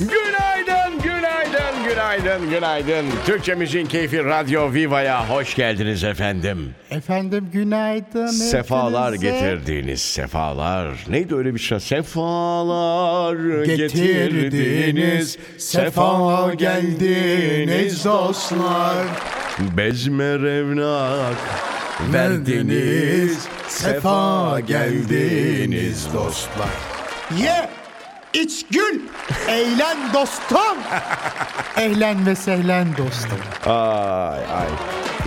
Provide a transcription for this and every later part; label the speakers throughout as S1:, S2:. S1: Günaydın, günaydın, günaydın, günaydın. Türkçe Müziğin Keyfi Radyo Viva'ya hoş geldiniz efendim.
S2: Efendim günaydın.
S1: Sefalar
S2: hepinize.
S1: getirdiniz, sefalar. Neydi öyle bir şey? Sefalar
S2: Getirdiniz,
S1: getirdiniz,
S2: sefa geldiniz dostlar.
S1: Bezme revnak verdiniz, sefa geldiniz
S2: dostlar. Ye, iç, gül, eğlen dostum. Ehlen ve sehlen dostum.
S1: Ay ay.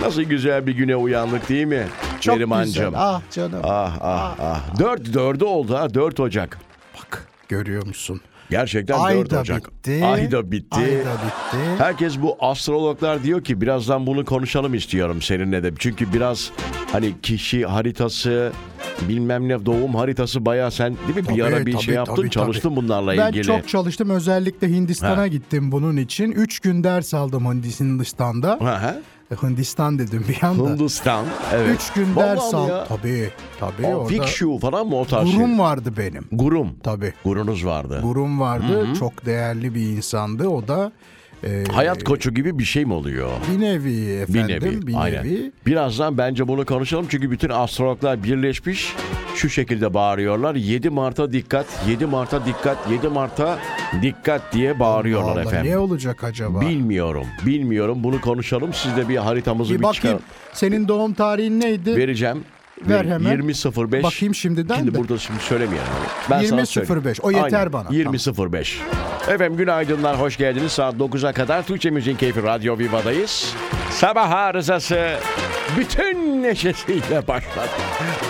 S1: Nasıl güzel bir güne uyandık değil mi?
S2: Çok
S1: Nerimancığım?
S2: güzel. Ah canım.
S1: Ah ah ah. Dört dördü oldu ha. Dört Ocak.
S2: Bak görüyor musun?
S1: Gerçekten
S2: Ay
S1: 4
S2: da
S1: Ocak.
S2: bitti.
S1: Ay da bitti.
S2: Ay da bitti.
S1: Herkes bu astrologlar diyor ki birazdan bunu konuşalım istiyorum seninle de. Çünkü biraz hani kişi haritası bilmem ne doğum haritası bayağı sen değil mi bir
S2: Tabii,
S1: ara bir
S2: tabii,
S1: şey yaptın
S2: tabii,
S1: çalıştın
S2: tabii.
S1: bunlarla
S2: Ben
S1: ilgili.
S2: çok çalıştım. Özellikle Hindistan'a gittim bunun için. Üç gün ders aldım Hindis- Hindistan'da.
S1: Hı hı.
S2: Hindistan dedim bir anda.
S1: Hindistan. Evet.
S2: Üç gün
S1: Vallahi
S2: ders
S1: mi
S2: aldım.
S1: ya?
S2: Tabii tabii.
S1: O,
S2: orada
S1: Fikshu falan mı o tarz şey?
S2: gurum vardı benim.
S1: Gurum.
S2: Tabii.
S1: Gurunuz vardı.
S2: Gurum vardı. Çok değerli bir insandı. O da e,
S1: Hayat koçu gibi bir şey mi oluyor?
S2: bir nevi
S1: Bir
S2: efendim.
S1: nevi, aynen. Birazdan bence bunu konuşalım çünkü bütün astrologlar birleşmiş şu şekilde bağırıyorlar. 7 Mart'a dikkat, 7 Mart'a dikkat, 7 Mart'a dikkat diye bağırıyorlar
S2: Vallahi
S1: efendim.
S2: ne olacak acaba?
S1: Bilmiyorum, bilmiyorum. Bunu konuşalım. Siz de bir haritamızı bir,
S2: bir bakayım.
S1: çıkarın.
S2: Senin doğum tarihin neydi?
S1: Vereceğim.
S2: Ver hemen.
S1: 20.05.
S2: Bakayım şimdiden
S1: Şimdi
S2: de.
S1: burada şimdi söylemeyelim. Ben sana
S2: 20.05.
S1: söyleyeyim.
S2: O yeter
S1: Aynen,
S2: bana.
S1: 20.05. Efendim günaydınlar, hoş geldiniz. Saat 9'a kadar Türkçe Müziğin Keyfi Radyo Viva'dayız. Sabah arızası bütün neşesiyle başladı.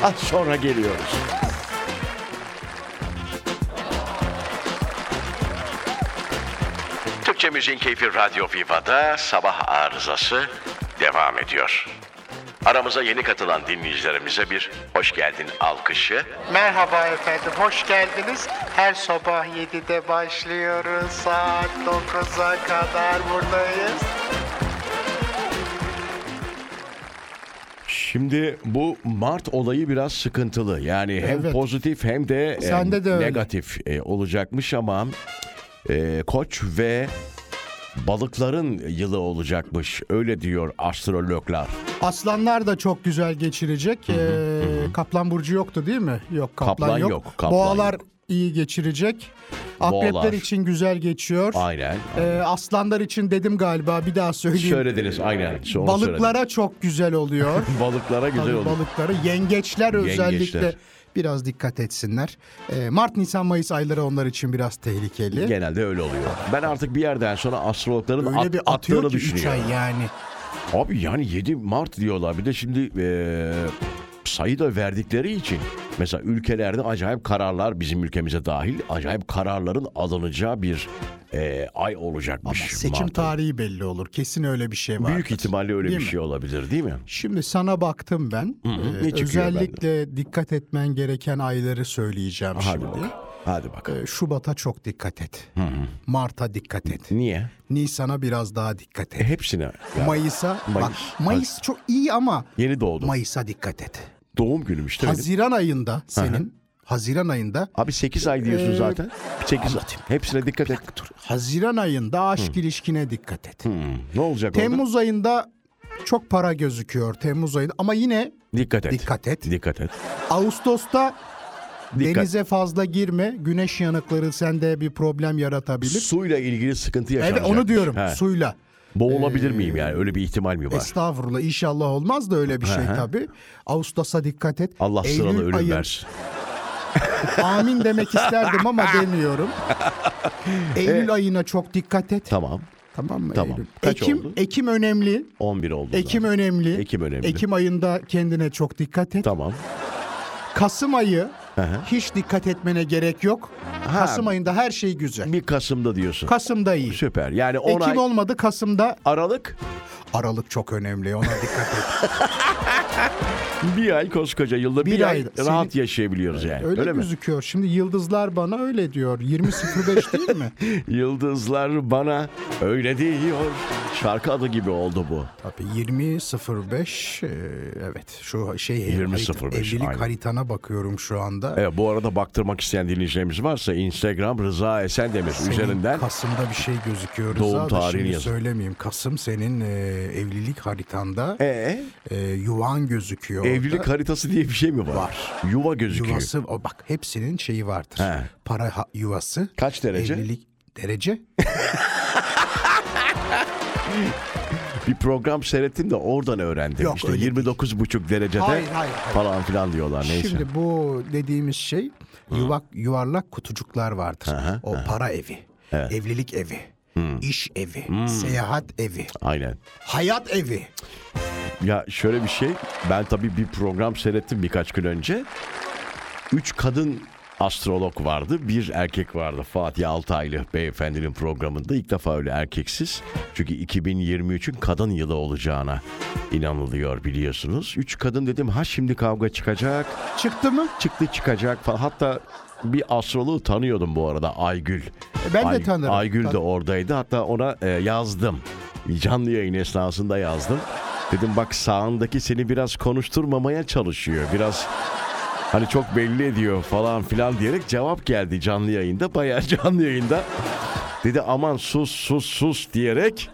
S1: Az sonra geliyoruz. Türkçe Müziğin Keyfi Radyo Viva'da sabah arızası devam ediyor. Aramıza yeni katılan dinleyicilerimize bir hoş geldin alkışı
S3: Merhaba efendim, hoş geldiniz. Her sabah 7'de başlıyoruz. Saat 9'a kadar buradayız.
S1: Şimdi bu Mart olayı biraz sıkıntılı. Yani hem
S2: Evet.
S1: pozitif hem de, e,
S2: Sende de öyle.
S1: negatif e, olacakmış ama e, Koç ve balıkların yılı olacakmış. Öyle diyor astrologlar.
S2: Aslanlar da çok güzel geçirecek. Ee, Kaplan burcu yoktu değil mi? Yok kaplan,
S1: Kaplan
S2: yok.
S1: yok, kaplan
S2: Boğalar
S1: yok.
S2: iyi geçirecek. Akrepler
S1: Boğalar.
S2: için güzel geçiyor.
S1: Aynen.
S2: Ee, aslanlar için dedim galiba bir daha söyleyeyim.
S1: Söylediniz aynen. Sonra
S2: Balıklara çok güzel oluyor.
S1: söyledim. balıklara güzel
S2: Tabii
S1: olur.
S2: balıkları, yengeçler özellikle biraz dikkat etsinler. Ee, Mart, Nisan, Mayıs ayları onlar için biraz tehlikeli.
S1: Genelde öyle oluyor. Ben artık bir yerden sonra astrologların
S2: Öyle
S1: at-
S2: bir
S1: attığını
S2: atıyor ki 3
S1: düşünüyorum.
S2: ay yani.
S1: Abi yani 7 Mart diyorlar. Bir de şimdi eee sayı da verdikleri için mesela ülkelerde acayip kararlar bizim ülkemize dahil acayip kararların alınacağı bir eee, ay olacakmış.
S2: Seçim
S1: Mart ayı.
S2: tarihi belli olur. Kesin öyle bir şey var.
S1: Büyük ihtimalle öyle
S2: Değil
S1: bir
S2: mi?
S1: şey olabilir değil mi?
S2: Şimdi sana baktım ben.
S1: hı,
S2: Ee,
S1: ne çıkıyor
S2: özellikle dikkat etmen gereken ayları söyleyeceğim
S1: Hadi
S2: şimdi.
S1: bak. Hadi bak.
S2: Ee, Şubat'a çok dikkat et. Mart'a dikkat et.
S1: Niye?
S2: Nisan'a biraz daha dikkat
S1: E,
S2: et.
S1: hepsine. Ya,
S2: Mayıs'a
S1: Mayıs.
S2: bak. Mayıs çok iyi ama
S1: Yeni doğdum.
S2: Mayıs'a dikkat et.
S1: Doğum günüm işte benim.
S2: Haziran ayında senin Haziran ayında
S1: Abi 8 ay diyorsun zaten. 8 ay. Hepsine dikkat et.
S2: Haziran ayında aşk ilişkine dikkat et.
S1: Hmm, Ne olacak orada?
S2: Temmuz ayında çok para gözüküyor Temmuz ayında ama yine
S1: Dikkat et.
S2: Dikkat et.
S1: Dikkat et.
S2: Ağustos'ta
S1: Dikkat.
S2: denize fazla girme. Güneş yanıkları sende bir problem yaratabilir.
S1: Suyla ilgili sıkıntı
S2: Evet
S1: yaşanacak.
S2: onu diyorum.
S1: He.
S2: Suyla. Ee,
S1: Boğulabilir miyim yani? Öyle bir ihtimal mi var?
S2: Estağfurullah inşallah olmaz da öyle bir şey tabii. Ağustos'a dikkat et.
S1: Allah
S2: Eylül
S1: sıralı ölüm
S2: ayın-
S1: versin.
S2: Amin demek isterdim ama demiyorum. Eylül ayına çok dikkat et.
S1: Tamam.
S2: Tamam mı?
S1: Tamam.
S2: Eylül?
S1: Kaç
S2: Ekim,
S1: oldu?
S2: Ekim önemli.
S1: 11 oldu.
S2: Ekim
S1: zaten.
S2: önemli.
S1: Ekim önemli.
S2: Ekim ayında kendine çok dikkat et.
S1: Tamam.
S2: Kasım ayı
S1: hı.
S2: hiç dikkat etmene gerek yok. Kasım ayında her şey güzel.
S1: Bir Kasım'da diyorsun.
S2: Kasım'da iyi.
S1: Süper. Yani 10
S2: Ekim
S1: ay
S2: olmadı Kasım'da
S1: Aralık
S2: Aralık çok önemli ona dikkat et.
S1: bir ay koskoca yılda bir,
S2: Bir
S1: ay,
S2: ay senin-
S1: rahat yaşayabiliyoruz yani.
S2: Öyle,
S1: Öyle, mi?
S2: gözüküyor. Şimdi yıldızlar bana öyle diyor. 20.05 değil mi?
S1: Yıldızlar bana öyle diyor. Şarkı adı gibi oldu bu.
S2: Tabii 20.05 e, evet şu şey
S1: 20.05,
S2: harita- evlilik
S1: aynen.
S2: haritana bakıyorum şu anda.
S1: Evet, bu arada baktırmak isteyen dinleyicilerimiz varsa Instagram Rıza Esendemir
S2: Senin
S1: üzerinden
S2: Kasım'da bir şey gözüküyor Rıza
S1: Doğum
S2: da
S1: tarihini
S2: şimdi
S1: yazın.
S2: söylemeyeyim. Kasım senin e, evlilik haritanda
S1: ee,
S2: e, yuvan gözüküyor.
S1: evlilik
S2: orada.
S1: haritası diye bir şey mi var?
S2: Var.
S1: Yuva gözüküyor.
S2: Yuvası o bak hepsinin şeyi vardır.
S1: He.
S2: Para ha- yuvası.
S1: Kaç derece?
S2: Evlilik derece.
S1: Bir program seyrettim de oradan öğrendim.
S2: Yok,
S1: işte
S2: öyle değil.
S1: 29,5 derecede
S2: Hayır, hayır, hayır.
S1: falan filan diyorlar neyse.
S2: Şimdi bu dediğimiz şey yuvak yuvarlak kutucuklar vardır. o para evi, evlilik evi, iş evi, seyahat evi,
S1: Aynen.
S2: hayat evi.
S1: Ya şöyle bir şey. Ben tabii bir program seyrettim birkaç gün önce. Üç kadın astrolog vardı. Bir erkek vardı. Fatih Altaylı beyefendinin programında. ilk defa öyle erkeksiz. Çünkü 2023'ün kadın yılı olacağına inanılıyor biliyorsunuz. Üç kadın dedim ha şimdi kavga çıkacak.
S2: Çıktı mı?
S1: Çıktı çıkacak falan. Hatta bir astroloğu tanıyordum bu arada Aygül.
S2: E, ben de
S1: Ay-
S2: tanırım.
S1: Aygül de
S2: Tan-
S1: oradaydı. Hatta ona e, yazdım. Canlı yayın esnasında yazdım. Dedim bak sağındaki seni biraz konuşturmamaya çalışıyor. Biraz hani çok belli ediyor falan filan diyerek cevap geldi canlı yayında. Bayağı canlı yayında. Dedi aman sus sus sus diyerek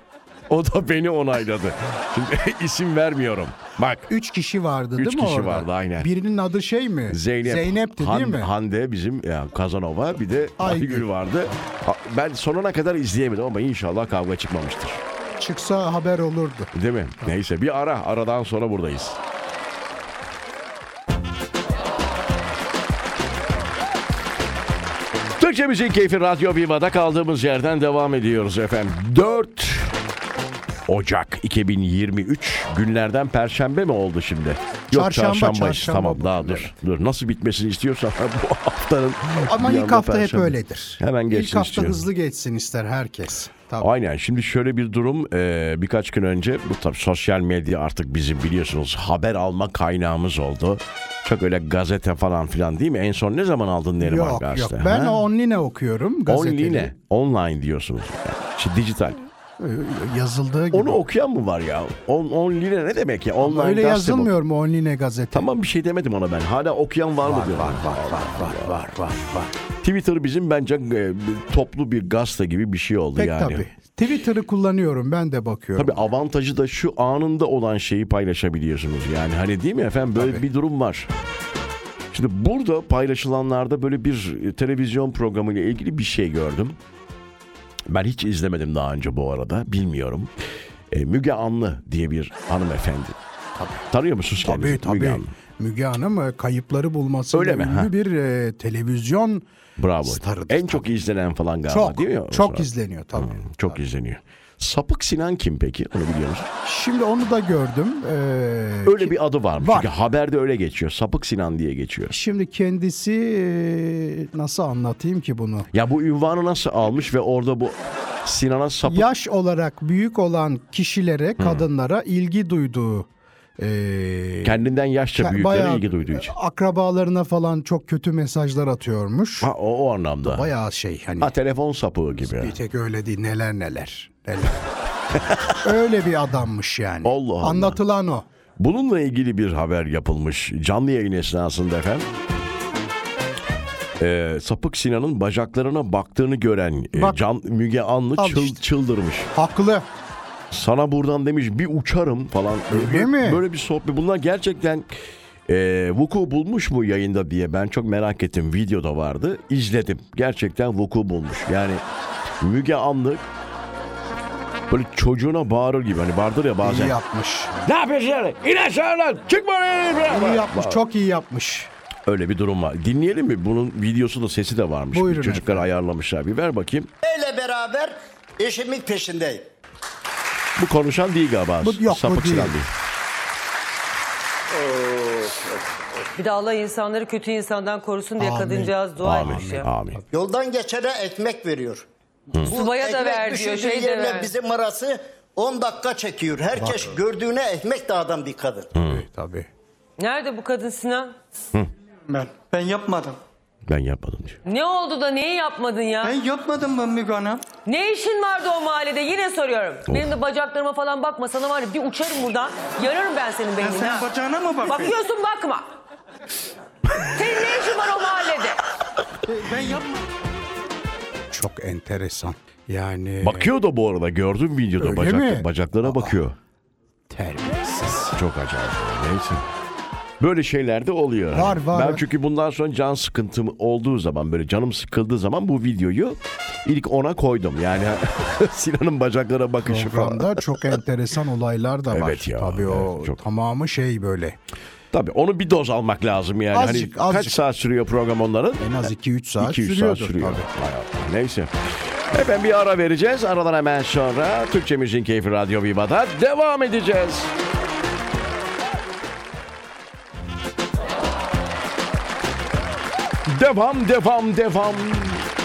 S1: o da beni onayladı. Şimdi isim vermiyorum. Bak
S2: Üç kişi vardı
S1: Üç
S2: değil mi
S1: kişi
S2: orada?
S1: vardı, aynen.
S2: Birinin adı şey mi?
S1: Zeynep.
S2: Zeynep'ti değil
S1: Han-
S2: mi?
S1: Hande bizim yani Kazanova bir de
S2: Aygül.
S1: Aygül vardı. Ha- Ben sonuna kadar izleyemedim ama inşallah kavga çıkmamıştır.
S2: Çıksa haber olurdu.
S1: Değil mi? Neyse bir ara. Aradan sonra buradayız. Türkçe Müzik Keyfi Radyo Viva'da kaldığımız yerden devam ediyoruz efendim. 4 Ocak 2023 günlerden perşembe mi oldu şimdi? Yok
S2: Çarşamba, çarşamba
S1: Tamam
S2: bugün,
S1: daha dur. Dur nasıl bitmesini istiyorsan bu haftanın
S2: Ama
S1: bir
S2: ilk
S1: anda
S2: hafta hep
S1: perşembe.
S2: öyledir.
S1: Hemen geçsin
S2: İlk hafta
S1: istiyorum.
S2: hızlı geçsin ister herkes. Tabii.
S1: Aynen şimdi şöyle bir durum eee, birkaç gün önce bu tabii sosyal medya artık bizim biliyorsunuz haber alma kaynağımız oldu. Çok öyle gazete falan filan değil mi? En son ne zaman aldın Neriman
S2: Yok yok
S1: gazete?
S2: ben
S1: ha?
S2: online okuyorum gazeteli.
S1: Online, online diyorsunuz. Yani. Şimdi dijital.
S2: Yazıldığı gibi.
S1: Onu okuyan mı var ya? On, online ne demek ya? Online
S2: Öyle
S1: gazete mi?
S2: yazılmıyor mu online gazete?
S1: Tamam bir şey demedim ona ben. Hala okuyan var, mı
S2: Var var
S1: diyorum.
S2: var var var var var. var.
S1: Twitter bizim bence e, toplu bir gazete gibi bir şey oldu
S2: Pek
S1: yani.
S2: tabii. Twitter'ı kullanıyorum ben de bakıyorum.
S1: Tabii avantajı da şu anında olan şeyi paylaşabiliyorsunuz. Yani hani değil mi efendim böyle
S2: Tabii.
S1: bir durum var. Şimdi burada paylaşılanlarda böyle bir e, televizyon programıyla ilgili bir şey gördüm. Ben hiç izlemedim daha önce bu arada. Bilmiyorum. E, Müge Anlı diye bir hanımefendi. Tanıyor musunuz
S2: Tabii
S1: kendisini? Müge
S2: tabii.
S1: Anlı.
S2: Müge Hanım e, kayıpları bulması
S1: Öyle mi? Ha.
S2: ünlü bir e, televizyon
S1: Bravo.
S2: Starıdır
S1: en çok izlenen falan galiba
S2: çok
S1: değil mi? o
S2: çok
S1: sırada?
S2: izleniyor tabii.
S1: Çok izleniyor. Sapık Sinan kim peki? Onu biliyor musun?
S2: Şimdi onu da gördüm. E,
S1: Öyle bir adı var mı?
S2: Var.
S1: Çünkü haberde öyle geçiyor. Sapık Sinan diye geçiyor.
S2: Şimdi kendisi e, nasıl anlatayım ki bunu?
S1: Ya bu ünvanı nasıl almış ve orada bu Sinan'a sapık
S2: Yaş olarak büyük olan kişilere,
S1: Hmm.
S2: kadınlara ilgi duyduğu e,
S1: kendinden yaşça
S2: Ke-
S1: büyüklere
S2: bayağı
S1: ilgi duyduğu için.
S2: Akrabalarına falan çok kötü mesajlar atıyormuş.
S1: Ha o, o anlamda.
S2: Bayağı şey hani
S1: Ha telefon sapığı gibi.
S2: bir tek öyle değil neler neler. neler. öyle bir adammış yani.
S1: Allah Allah.
S2: Anlatılan o.
S1: Bununla ilgili bir haber yapılmış canlı yayın esnasında efendim. Ee, sapık Sinan'ın bacaklarına baktığını gören e,
S2: Bak.
S1: Can Müge Anlı
S2: Al
S1: çıl-
S2: işte.
S1: çıldırmış.
S2: Haklı.
S1: Sana buradan demiş bir uçarım falan.
S2: Öyle mi?
S1: Böyle bir sohbet. Bunlar gerçekten e, vuku bulmuş mu yayında diye ben çok merak ettim. Videoda vardı. İzledim. Gerçekten vuku bulmuş. Yani Müge Anlı böyle çocuğuna bağırır gibi. Hani bağırır ya bazen.
S2: İyi yapmış.
S1: Ne yapıyorsun yani? İn aşağı lan. Çıkma lan.
S2: İyi yapmış. Çok iyi yapmış.
S1: Öyle bir durum var. Dinleyelim mi? Bunun videosu da sesi de varmış.
S2: Buyurun
S1: Çocuklar ayarlamışlar. Bir ver bakayım.
S4: ile beraber eşimin peşindeyim.
S1: Bu konuşan değil galiba.
S2: Bu- yok, bu
S1: Sapık
S2: değil.
S1: Sinan değil.
S5: Bir de Allah insanları kötü insandan korusun diye
S2: Amin.
S5: kadıncağız dua etmiş
S1: Amin.
S5: ya.
S1: Amin.
S4: Yoldan geçene ekmek veriyor. Bu
S5: Subaya da
S4: ekmek
S5: ver diyor,
S4: düşünce
S5: şey de
S4: yerine
S5: ver.
S4: Bizim arası 10 dakika çekiyor. Herkes gördüğüne ekmek dağıdan bir kadın.
S2: Tabii.
S5: Nerede bu kadın Sinan?
S6: Ben. Ben yapmadım.
S1: Ben yapmadım diyor.
S5: Ne oldu da neyi yapmadın ya?
S6: Ben yapmadım ben Müge Hanım.
S5: Ne işin vardı o mahallede yine soruyorum. Benim de bacaklarıma falan bakma sana var ya bir uçarım buradan. Yararım ben senin
S6: Ya
S5: beynini.
S6: sen
S5: ha.
S6: bacağına mı bakıyorsun?
S5: Bakıyorsun bakma. Senin ne işin var o mahallede?
S6: Ben yapmadım.
S2: Çok enteresan. Yani
S1: Bakıyor da bu arada gördüm videoda
S2: Öyle
S1: bacak,
S2: mi?
S1: bacaklarına bakıyor.
S2: terbiyesiz.
S1: Çok acayip. Neyse. Böyle şeyler de oluyor.
S2: Var, var.
S1: Ben çünkü bundan sonra can sıkıntım olduğu zaman böyle canım sıkıldığı zaman bu videoyu ilk ona koydum. Yani Sinan'ın bacaklara bakışı falan.
S2: Programda çok enteresan olaylar da var.
S1: Evet ya,
S2: Tabii o
S1: evet, çok.
S2: tamamı şey böyle.
S1: Tabii onu bir doz almak lazım yani.
S2: Azıcık,
S1: hani
S2: azıcık.
S1: Kaç saat sürüyor program onların?
S2: En az 2-3 saat
S1: 200
S2: sürüyordur
S1: saat sürüyor.
S2: tabii.
S1: Hay Allah. Neyse. Efendim bir ara vereceğiz. Aradan hemen sonra Türkçe Müziğin Keyfi Radyo Viva'da devam edeceğiz. Devam, devam, devam.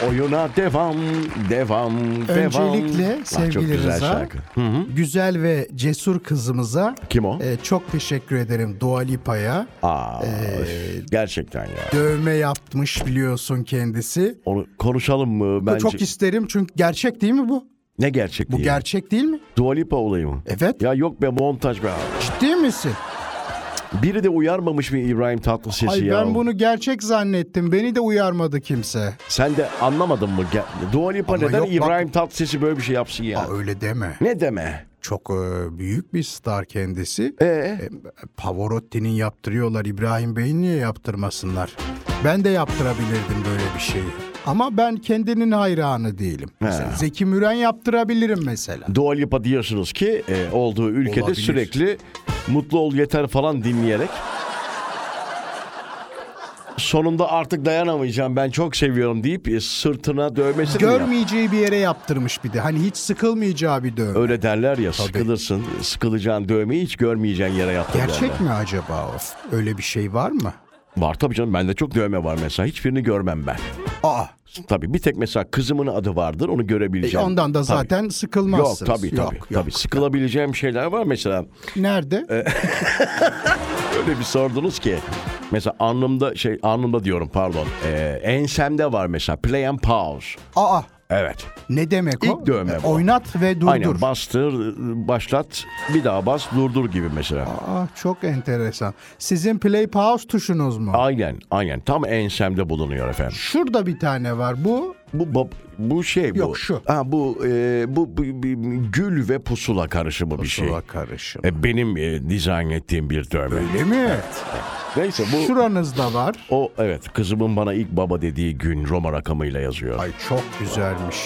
S1: Oyuna devam, devam, devam.
S2: Öncelikle
S1: Ah, çok
S2: sevgili
S1: güzel
S2: Rıza,
S1: şarkı.
S2: güzel ve cesur kızımıza
S1: Kim o?
S2: e, çok teşekkür ederim Dua Lipa'ya.
S1: Aa,
S2: e,
S1: gerçekten ya.
S2: Dövme yapmış biliyorsun kendisi.
S1: Onu konuşalım mı? Bence...
S2: Çok isterim çünkü gerçek değil mi bu?
S1: Ne gerçek
S2: Bu
S1: diye.
S2: gerçek değil mi?
S1: Dua Lipa olayı mı?
S2: Evet.
S1: Ya yok be montaj be abi.
S2: Ciddi misin?
S1: Biri de uyarmamış mı İbrahim Tatlıses'i
S2: Ay
S1: ya?
S2: ben bunu gerçek zannettim. Beni de uyarmadı kimse.
S1: Sen de anlamadın mı? Ge- Dua Lipa
S2: Ama
S1: neden
S2: yok bak-
S1: İbrahim Tatlıses'i böyle bir şey yapsın ya?
S2: Aa, öyle deme.
S1: ne deme?
S2: Çok e, büyük bir star kendisi.
S1: Ee?
S2: e, Pavarotti'nin yaptırıyorlar. İbrahim Bey'in niye yaptırmasınlar? Ben de yaptırabilirdim böyle bir şeyi. Ama ben kendinin hayranı değilim. Mesela Zeki Müren yaptırabilirim mesela.
S1: Dua Lipa diyorsunuz ki e, olduğu ülkede
S2: Olabilir.
S1: sürekli mutlu ol yeter falan dinleyerek sonunda artık dayanamayacağım ben çok seviyorum deyip e, sırtına dövmesini mi yap-
S2: Görmeyeceği bir yere yaptırmış bir de. Hani hiç sıkılmayacağı bir dövme.
S1: Öyle derler ya sıkılırsın sıkılacağın dövmeyi hiç görmeyeceğin yere yaptır derler.
S2: Gerçek mi acaba o? Öyle bir şey var mı?
S1: Var tabii canım bende çok dövme var mesela hiçbirini görmem ben.
S2: Aa,
S1: Tabii bir tek mesela kızımın adı vardır onu
S2: e,
S1: görebileceğim.
S2: ondan da
S1: Tabii.
S2: zaten
S1: Yok
S2: sıkılmazsınız.
S1: tabii tabii. E,
S2: Yok, yok.
S1: tabii. Sıkılabileceğim şeyler var mesela.
S2: Nerede?
S1: Öyle bir sordunuz ki. Mesela alnımda şey alnımda diyorum pardon. Ee, ensemde var mesela play and pause.
S2: Aa,
S1: Evet.
S2: ne demek o?
S1: İlk dövme
S2: E,
S1: bu.
S2: Oynat ve durdur.
S1: Aynen bastır, başlat, bir daha bas, durdur gibi mesela.
S2: Aa, çok enteresan. Sizin play pause tuşunuz mu?
S1: Aynen, aynen. Tam ensemde bulunuyor efendim.
S2: Şurada bir tane var. Bu
S1: Bu bab- bu şey bu.
S2: Yok, şu.
S1: Ha bu e, bu, bu- bu- gül ve pusula karışımı bir şey.
S2: Pusula karışım.
S1: E, benim e, dizayn ettiğim bir dövme.
S2: Öyle mi?
S1: Neyse bu
S2: Şuranızda var.
S1: O evet kızımın bana ilk baba dediği gün Roma rakamıyla yazıyor.
S2: Ay çok güzelmiş.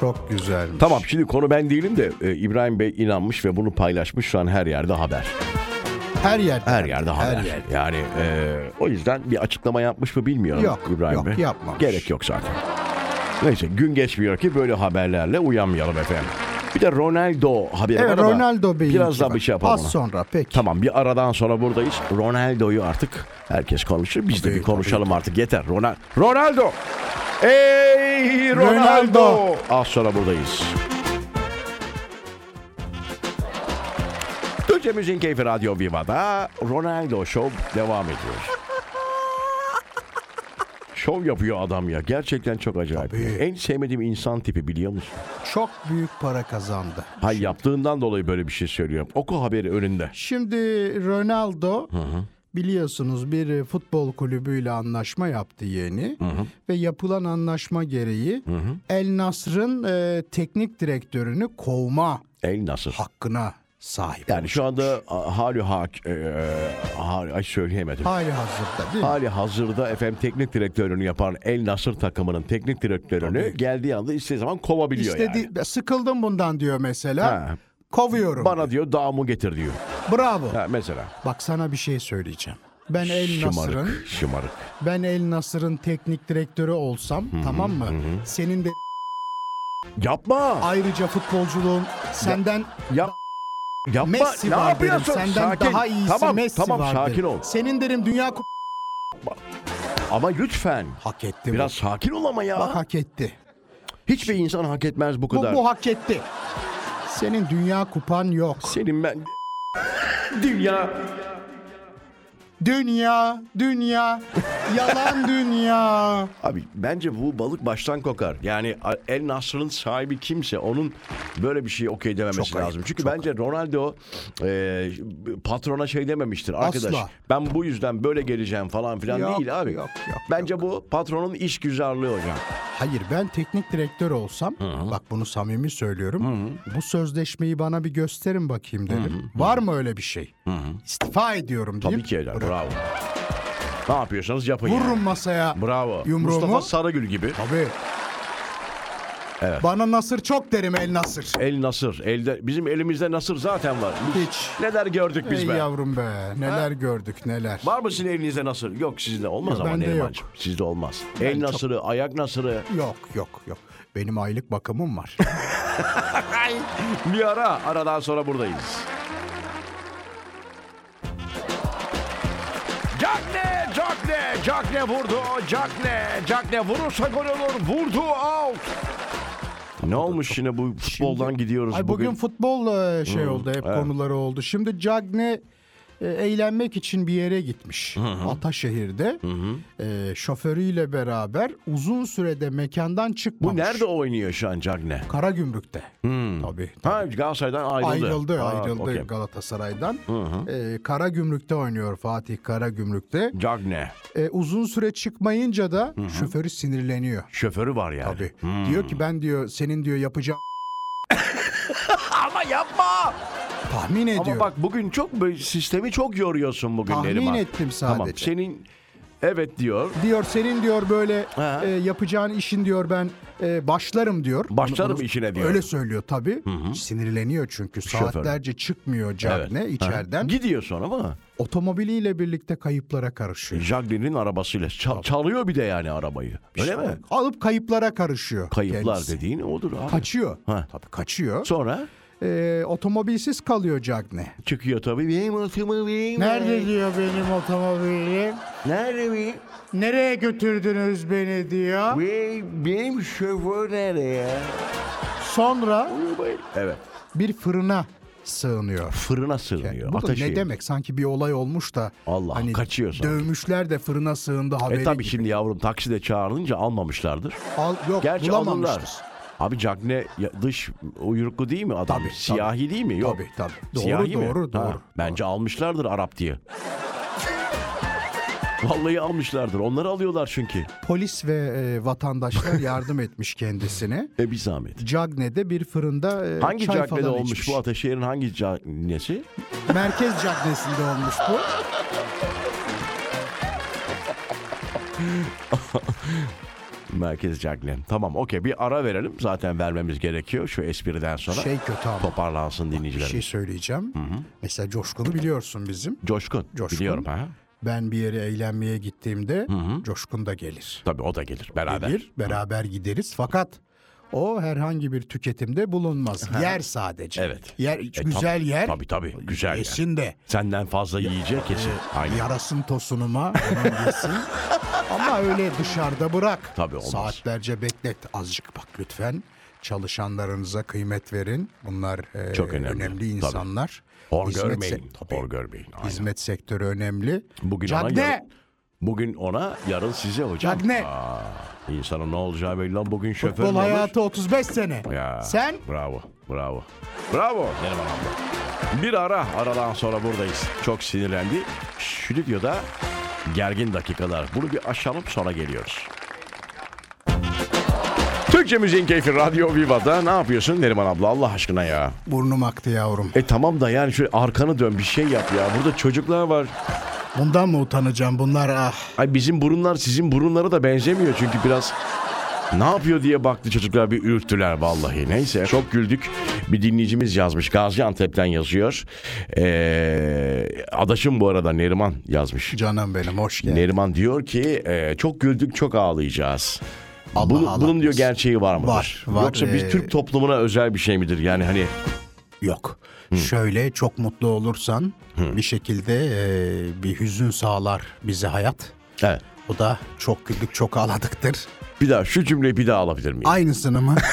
S2: Çok güzelmiş.
S1: Tamam şimdi konu ben değilim de e, İbrahim Bey inanmış ve bunu paylaşmış şu an her yerde haber.
S2: Her yerde.
S1: Her yerde haber.
S2: Her yerde.
S1: Yani e, o yüzden bir açıklama yapmış mı bilmiyorum
S2: Yok,
S1: İbrahim
S2: yok,
S1: Bey.
S2: yapmamış.
S1: Gerek yok zaten. Neyse gün geçmiyor ki böyle haberlerle uyanmayalım efendim. Bir de Ronaldo haberi
S2: Evet
S1: var ama
S2: Ronaldo Bey'in.
S1: biraz daha bir şey yapalım.
S2: Az sonra peki.
S1: Tamam bir aradan sonra buradayız. Ronaldo'yu artık herkes konuşur. Biz de bir konuşalım artık yeter. Ronaldo. Ronaldo. Ey Ronaldo.
S2: Ronaldo.
S1: Az sonra buradayız. Türkçe Müziğin Keyfi Radyo Viva'da Ronaldo Show devam ediyor. Şov yapıyor adam ya. Gerçekten çok acayip.
S2: Tabii.
S1: En sevmediğim insan tipi biliyor musun?
S2: Çok büyük para kazandı.
S1: Hay yaptığından dolayı böyle bir şey söylüyorum. Oku haberi önünde.
S2: Şimdi Ronaldo biliyorsunuz bir futbol kulübüyle anlaşma yaptı yeni ve yapılan anlaşma gereği El Nasr'ın e, teknik direktörünü kovma
S1: El nasıl?
S2: hakkına sahip.
S1: Yani şu anda a- hali hak, e, hali, ay söyleyemedim.
S2: Hali hazırda değil mi?
S1: Hali hazırda efendim teknik direktörünü yapan El Nasır takımının teknik direktörünü geldiği anda istediği zaman kovabiliyor
S2: İstedi-
S1: yani.
S2: Sıkıldım bundan diyor mesela.
S1: Ha.
S2: Kovuyorum.
S1: Bana diyor damı getir diyor.
S2: Bravo.
S1: Ha, mesela.
S2: Bak sana bir şey söyleyeceğim. Ben El Nasr'ın
S1: Şımarık, şımarık.
S2: ben El Nasr'ın teknik direktörü olsam tamam mı? Senin de
S1: Yapma.
S2: ayrıca futbolculuğun senden
S1: Yap. Yapma.
S2: Messi
S1: ne
S2: var derim.
S1: yapıyorsun?
S2: Senden
S1: sakin.
S2: daha iyisi
S1: tamam,
S2: Messi
S1: tamam,
S2: var
S1: sakin
S2: derim.
S1: ol.
S2: Senin derim dünya kup...
S1: Ama lütfen.
S2: Hak etti
S1: Biraz sakin ol ama ya.
S2: bu. Bak hak etti.
S1: Hiçbir insan hak etmez bu
S2: Bu,
S1: kadar.
S2: bu hak etti. Senin dünya kupan yok.
S1: Senin ben... Dünya
S2: Dünya, dünya. Yalan dünya.
S1: Abi bence bu balık baştan kokar. Yani A- El Nasr'ın sahibi kimse onun böyle bir şey okey dememesi
S4: Çok ayıp,
S1: lazım. Çünkü bence Ronaldo e, patrona şey dememiştir. Arkadaş
S2: Asla.
S1: ben bu yüzden böyle geleceğim falan filan
S2: Yok,
S1: değil abi.
S2: yok, yok,
S1: bence bu patronun iş güzelliği hocam.
S2: Hayır ben teknik direktör olsam bak bunu samimi söylüyorum. Bu sözleşmeyi bana bir gösterin bakayım dedim. Var mı öyle bir şey? İstifa ediyorum
S1: Tabii
S2: deyip
S1: ki helal.
S2: bırak-
S1: Bravo. Ne yapıyorsanız yapın
S2: Vururum
S1: yani.
S2: masaya.
S1: Bravo.
S2: Yumruğumu.
S1: Mustafa Sarıgül gibi.
S2: Tabii.
S1: Evet.
S2: Bana Nasır çok derim El Nasır.
S1: El Nasır. Elde, bizim elimizde Nasır zaten var.
S2: Hiç.
S1: Neler gördük biz
S2: Ey
S1: be.
S2: yavrum be neler gördük neler.
S1: Var mı sizin elinizde nasır? Yok sizde olmaz
S2: Yok,
S1: ama
S2: bende
S1: Nerimancığım. Sizde olmaz. El nasırı, ayak nasırı.
S2: Yok yok yok. Benim aylık bakımım var.
S1: Bir ara. Aradan sonra buradayız. Cagne, Cagne, Cagne vurdu. Cagne, Cagne vurursa gol olur. Vurdu out. Ne olmuş şimdi bu futboldan gidiyoruz
S2: Ay bugün,
S1: bugün?
S2: futbol e, şey oldu hep
S1: evet.
S2: konuları oldu. Şimdi Cagne e, eğlenmek için bir yere gitmiş Ataşehir'de. E, şoförüyle beraber uzun sürede mekandan
S1: Bu
S2: çıkmamış.
S1: nerede oynuyor şu an Cagne?
S2: Karagümrük'te. Tabii.
S1: Ha Galatasaray'dan ayrıldı.
S2: Ayrıldı,
S1: Ha,
S2: ayrıldı
S1: okey.
S2: Galatasaray'dan. E, Karagümrük'te oynuyor Fatih Karagümrük'te.
S1: Cagne.
S2: E, uzun süre çıkmayınca da şoförü sinirleniyor.
S1: Şoförü var yani.
S2: Tabii. Diyor ki ben diyor senin diyor yapacağın
S1: Ama yapma.
S2: tahmin ediyorum.
S1: Ama bak bugün çok böyle sistemi çok yoruyorsun bugün
S2: Tahmin
S1: Neriman.
S2: ettim
S1: Tamam
S2: sadece.
S1: senin evet diyor.
S2: diyor senin diyor böyle
S1: Ha.
S2: e, yapacağın işin diyor ben e, başlarım diyor.
S1: Başlarım işine diyor.
S2: Öyle söylüyor tabii. Sinirleniyor çünkü
S1: Şoför.
S2: saatlerce çıkmıyor Cagne
S1: şey Evet.
S2: içeriden.
S1: Ha. Gidiyor sonra mı?
S2: Otomobiliyle birlikte kayıplara karışıyor.
S1: Jaglin'in arabasıyla ça- çalıyor bir de yani arabayı. Öyle mi?
S2: Alıp kayıplara karışıyor.
S1: Kayıplar
S2: şey kendisi.
S1: dediğin odur abi.
S2: Kaçıyor.
S1: Ha.
S2: Tabii kaçıyor.
S1: Sonra
S2: E, otomobilsiz kalıyor Cagne.
S1: çıkıyor tabii. Benim atımı benim.
S2: Nerede diyor benim otomobilim?
S1: Nerede mi?
S2: Nereye götürdünüz beni diyor.
S1: Benim, benim şoför nerede ya?
S2: Sonra
S1: Evet.
S2: bir fırına sığınıyor.
S1: Fırına sığınıyor.
S2: Bu da
S1: ateşe.
S2: ne demek? Sanki bir olay olmuş da
S1: Allah,
S2: hani
S1: kaçıyor sanki.
S2: Dövmüşler de fırına sığındı haberi.
S1: E tabii
S2: gibi.
S1: şimdi yavrum takside çağrılınca almamışlardır.
S2: Al, yok
S1: Gerçi alırlar.
S2: bulamamıştır.
S1: Abi Cagne ya- dış uyruklu değil mi adam?
S2: Tabii,
S1: Siyahi değil mi? Yok.
S2: Tabii, tabii. Doğru,
S1: Siyahi mi?
S2: doğru,
S1: Ha,
S2: doğru.
S1: Bence almışlardır Arap diye. Vallahi almışlardır. Onları alıyorlar çünkü.
S2: Polis ve e, vatandaşlar yardım etmiş kendisine.
S1: E bir zahmet.
S2: Cagne'de bir fırında e,
S1: Hangi
S2: çay
S1: Cagne'de
S2: falan
S1: olmuş
S2: içmiş.
S1: bu Ataşehir'in hangi Cagne'si?
S2: Merkez Cagnesi'nde olmuş bu.
S1: Merkez Cagne. Tamam okey bir ara verelim. Zaten vermemiz gerekiyor şu espriden sonra.
S2: Şey kötü ama.
S1: Toparlansın
S2: Bir
S1: dinleyicilerimiz.
S2: şey söyleyeceğim. Mesela Coşkun'u biliyorsun bizim.
S1: Coşkun.
S2: Coşkun.
S1: Biliyorum ha.
S2: Ben bir yere eğlenmeye gittiğimde Coşkun da gelir.
S1: Tabii o da gelir beraber.
S2: gelir, beraber gideriz. Fakat o herhangi bir tüketimde bulunmaz. Yer sadece.
S1: Evet.
S2: Yer
S1: E,
S2: güzel
S1: tabii,
S2: yer.
S1: Tabii tabii güzel yer.
S2: Yesin de.
S1: Senden fazla yiyecek kesin. Aynen.
S2: Yarasın tosunuma onun yesin. Ama öyle dışarıda bırak.
S1: Tabii, olmaz.
S2: Saatlerce beklet. Azıcık bak lütfen. Çalışanlarınıza kıymet verin. Bunlar e,
S1: Çok önemli.
S2: önemli.
S1: Tabii.
S2: insanlar.
S1: Hor
S2: Hizmet
S1: görmeyin.
S2: sek- tabii.
S1: Hor görmeyin. Aynen.
S2: Hizmet sektörü önemli.
S1: Bugün ona
S2: Cadde.
S1: yarın, bugün ona yarın size hocam.
S2: Cadde.
S1: Aa, insanın ne olacağı belli lan. Bugün şoför
S2: Futbol hayatı 35 sene.
S1: Ya,
S2: Sen
S1: Bravo. Bravo. Bravo. Neriman abla. Bir ara. Aradan sonra buradayız. Çok sinirlendi. Stüdyoda gergin dakikalar. Bunu bir aşalım sonra geliyoruz. Türkçe Müziğin Keyfi Radyo Viva'da ne yapıyorsun Neriman abla Allah aşkına ya.
S2: burnum aktı yavrum.
S1: E tamam da yani şöyle arkanı dön bir şey yap ya. Burada çocuklar var.
S2: Bundan mı utanacağım? Bunlar ah.
S1: Ay bizim burunlar sizin burunlara da benzemiyor çünkü biraz ne yapıyor diye baktı çocuklar bir ürktüler vallahi. Neyse çok güldük. Bir dinleyicimiz yazmış. Gaziantep'ten yazıyor. Ee, adaşım bu arada Neriman yazmış.
S2: Canım benim hoş geldin.
S1: Neriman diyor ki e, çok güldük çok ağlayacağız.
S2: Allah
S1: Bunun,
S2: Allah
S1: bunun diyor
S2: korusun.
S1: gerçeği var mıdır?
S2: Var, var.
S1: Yoksa biz
S2: Ee,
S1: Türk toplumuna özel bir şey midir? Yani hani
S2: Yok. Şöyle çok mutlu olursan bir şekilde e, bir hüzün sağlar bize hayat.
S1: evet.
S2: O da çok güldük çok ağladıktır.
S1: Bir daha şu cümleyi bir daha alabilir miyim?
S2: Aynısını mı?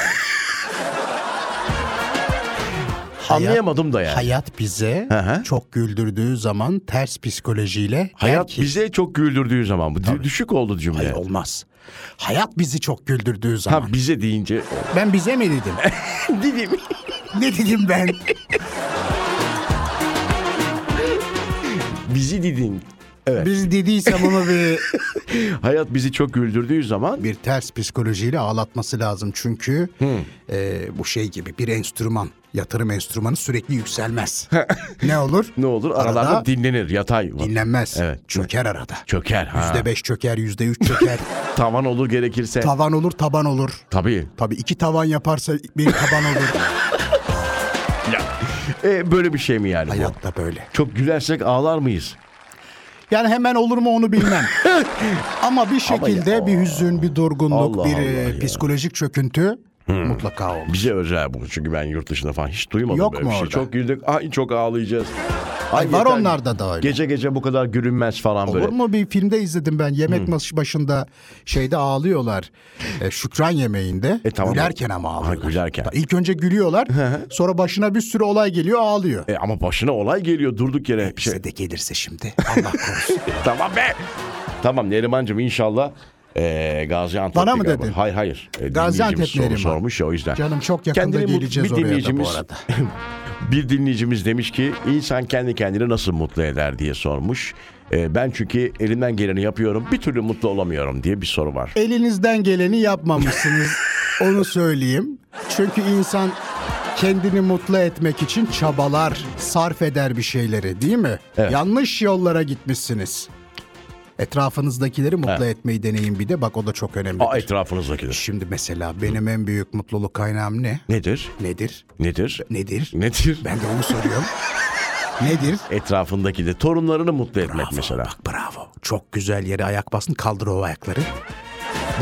S1: Anlayamadım da yani.
S2: Hayat bize
S1: Hı hı.
S2: çok güldürdüğü zaman ters psikolojiyle der
S1: Hayat
S2: ki,
S1: bize çok güldürdüğü zaman bu dü- düşük oldu cümle.
S2: Hayır olmaz. Hayat bizi çok güldürdüğü zaman.
S1: ha bize deyince
S2: Ben bize mi dedim?
S1: dedim.
S2: ne dedim ben?
S1: Bizi dedin.
S2: Biz dediysem onu bir
S1: Hayat bizi çok güldürdüğü zaman
S2: bir ters psikolojiyle ağlatması lazım. Çünkü e, bu şey gibi bir enstrüman, yatırım enstrümanı sürekli yükselmez. ne olur?
S1: ne olur aralarda
S2: Arada
S1: dinlenir yatay.
S2: dinlenmez.
S1: Evet.
S2: Çöker arada.
S1: Çöker ha.
S2: Yüzde beş çöker, yüzde üç çöker.
S1: Tavan olur gerekirse.
S2: tavan olur, taban olur.
S1: Tabii.
S2: Tabii iki tavan yaparsa bir taban olur.
S1: E, böyle bir şey mi yani bu?
S2: Hayatta böyle.
S1: Çok gülersek ağlar mıyız?
S2: Yani hemen olur mu onu bilmem. Ama bir şekilde bir hüzün, bir durgunluk,
S1: Allah
S2: bir e,
S1: Allah ya.
S2: psikolojik çöküntü mutlaka olur.
S1: Bize özel bu. Çünkü ben yurt dışında falan hiç duymadım
S2: Yok
S1: böyle
S2: mu
S1: bir şey.
S2: orada?
S1: Çok güldük. Ay çok ağlayacağız.
S2: Ay, var
S1: yeter.
S2: onlarda da öyle.
S1: Gece gece bu kadar gülünmez falan
S2: Olur
S1: böyle.
S2: mu bir filmde izledim ben yemek masası başında şeyde ağlıyorlar. E, şükran yemeğinde
S1: E, tamam.
S2: gülerken ama
S1: Ha,
S2: ağlıyorlar.
S1: gülerken.
S2: İlk önce gülüyorlar sonra başına bir sürü olay geliyor ağlıyor.
S1: E, ama başına olay geliyor durduk yere. Bir şey.
S2: Bize de gelirse şimdi Allah korusun.
S1: tamam be. Tamam Neriman'cığım inşallah e, Gaziantep'te
S2: Bana mı
S1: galiba.
S2: dedin?
S1: Hayır hayır. E,
S2: Gaziantep
S1: dinleyicimiz soru
S2: Neriman.
S1: sormuş ya o yüzden.
S2: Canım çok yakında
S1: Kendini mut-
S2: geleceğiz
S1: bir
S2: oraya da bu
S1: dinleyicimiz-
S2: arada.
S1: bir dinleyicimiz demiş ki insan kendi kendini nasıl mutlu eder diye sormuş. E, ben çünkü elimden geleni yapıyorum bir türlü mutlu olamıyorum diye bir soru var.
S2: Elinizden geleni yapmamışsınız onu söyleyeyim. Çünkü insan kendini mutlu etmek için çabalar, sarf eder bir şeyleri değil mi?
S1: Evet.
S2: Yanlış yollara gitmişsiniz. Etrafınızdakileri mutlu etmeyi deneyin bir de bak o da çok önemli.
S1: Aa, etrafınızdakidir.
S2: Şimdi mesela benim en büyük mutluluk kaynağım ne?
S1: Nedir?
S2: Nedir?
S1: Nedir?
S2: Nedir?
S1: Nedir?
S2: Ben de onu soruyorum. Nedir?
S1: Etrafındaki de torunlarını mutlu etmek
S2: Bravo,
S1: mesela.
S2: Bak bravo. Çok güzel yere ayak basın. Kaldır o ayakları.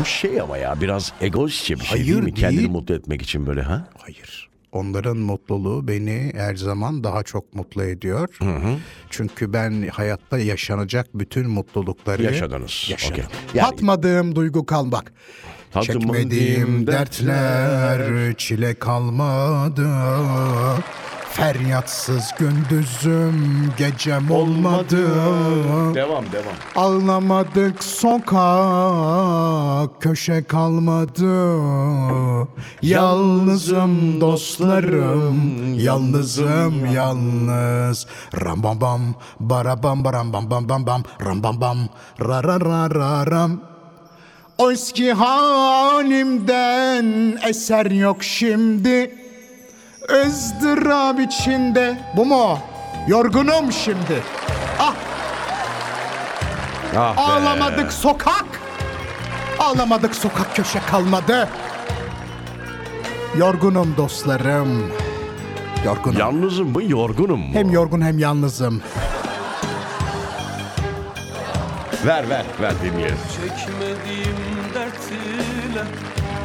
S1: Bu şey ama ya biraz egoistçe bir şey
S2: Hayır,
S1: değil mi? Kendini
S2: değil.
S1: mutlu etmek için böyle ha?
S2: Hayır. Onların mutluluğu beni her zaman daha çok mutlu ediyor. Çünkü ben hayatta yaşanacak bütün mutlulukları
S1: Yaşadınız.
S2: Yaşadım.
S1: Okey. Yani-
S2: Tatmadığım duygu kal bak.
S1: Tatmadığım
S2: Çekmediğim dertler çile kalmadı. Feryatsız gündüzüm gecem olmadı.
S1: Devam devam.
S2: Ağlamadık sokak köşe kalmadı Yalnızım dostlarım yalnızım yalnız Rambam barabam barambam bam bam bam Rambam bam rararararam Eski halimden eser yok şimdi ızdırap içinde Bu mu? o? Yorgunum şimdi Ah
S1: Ah be.
S2: Ağlamadık sokak. Ağlamadık sokak köşe kalmadı. Yorgunum dostlarım. Yorgunum.
S1: Yalnızım mı yorgunum mu?
S2: hem yorgun hem yalnızım.
S1: Ver ver ver dinleyelim.
S7: Çekmediğim dertle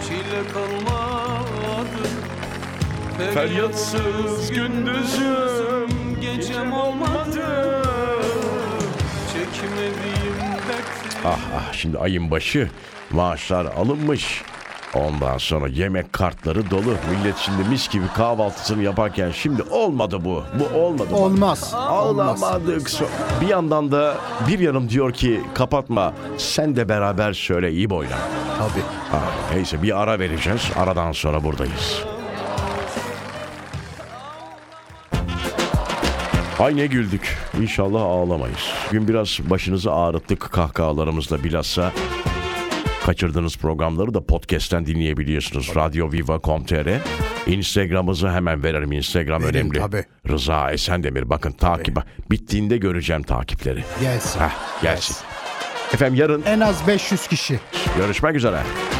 S7: çile kalmadı Feryatsız gündüzüm gecem olmadı Çekmediğim dertle
S1: Ah ah şimdi ayın başı maaşlar alınmış. Ondan sonra yemek kartları dolu. Millet şimdi mis gibi kahvaltısını yaparken şimdi olmadı bu. Bu olmadı. bak.
S2: Olmaz. Olmaz.
S1: Ağlamadık. so- Bir yandan da bir yanım diyor ki kapatma sen de beraber söyle iyi boyla.
S2: Tabii.
S1: Ah, neyse bir ara vereceğiz. Aradan sonra buradayız. Ay ne güldük. İnşallah ağlamayız. Bugün biraz başınızı ağrıttık kahkahalarımızla bilhassa. Kaçırdığınız programları da podcast'ten dinleyebiliyorsunuz. Radyo Viva.com.tr Instagram'ımızı hemen verelim. Instagram
S2: Verin,
S1: önemli.
S2: tabii.
S1: Rıza Esendemir bakın takip. Bittiğinde göreceğim takipleri.
S2: Gelsin.
S1: Heh, gelsin. Efendim yarın
S2: En az 500 kişi.
S1: görüşmek üzere.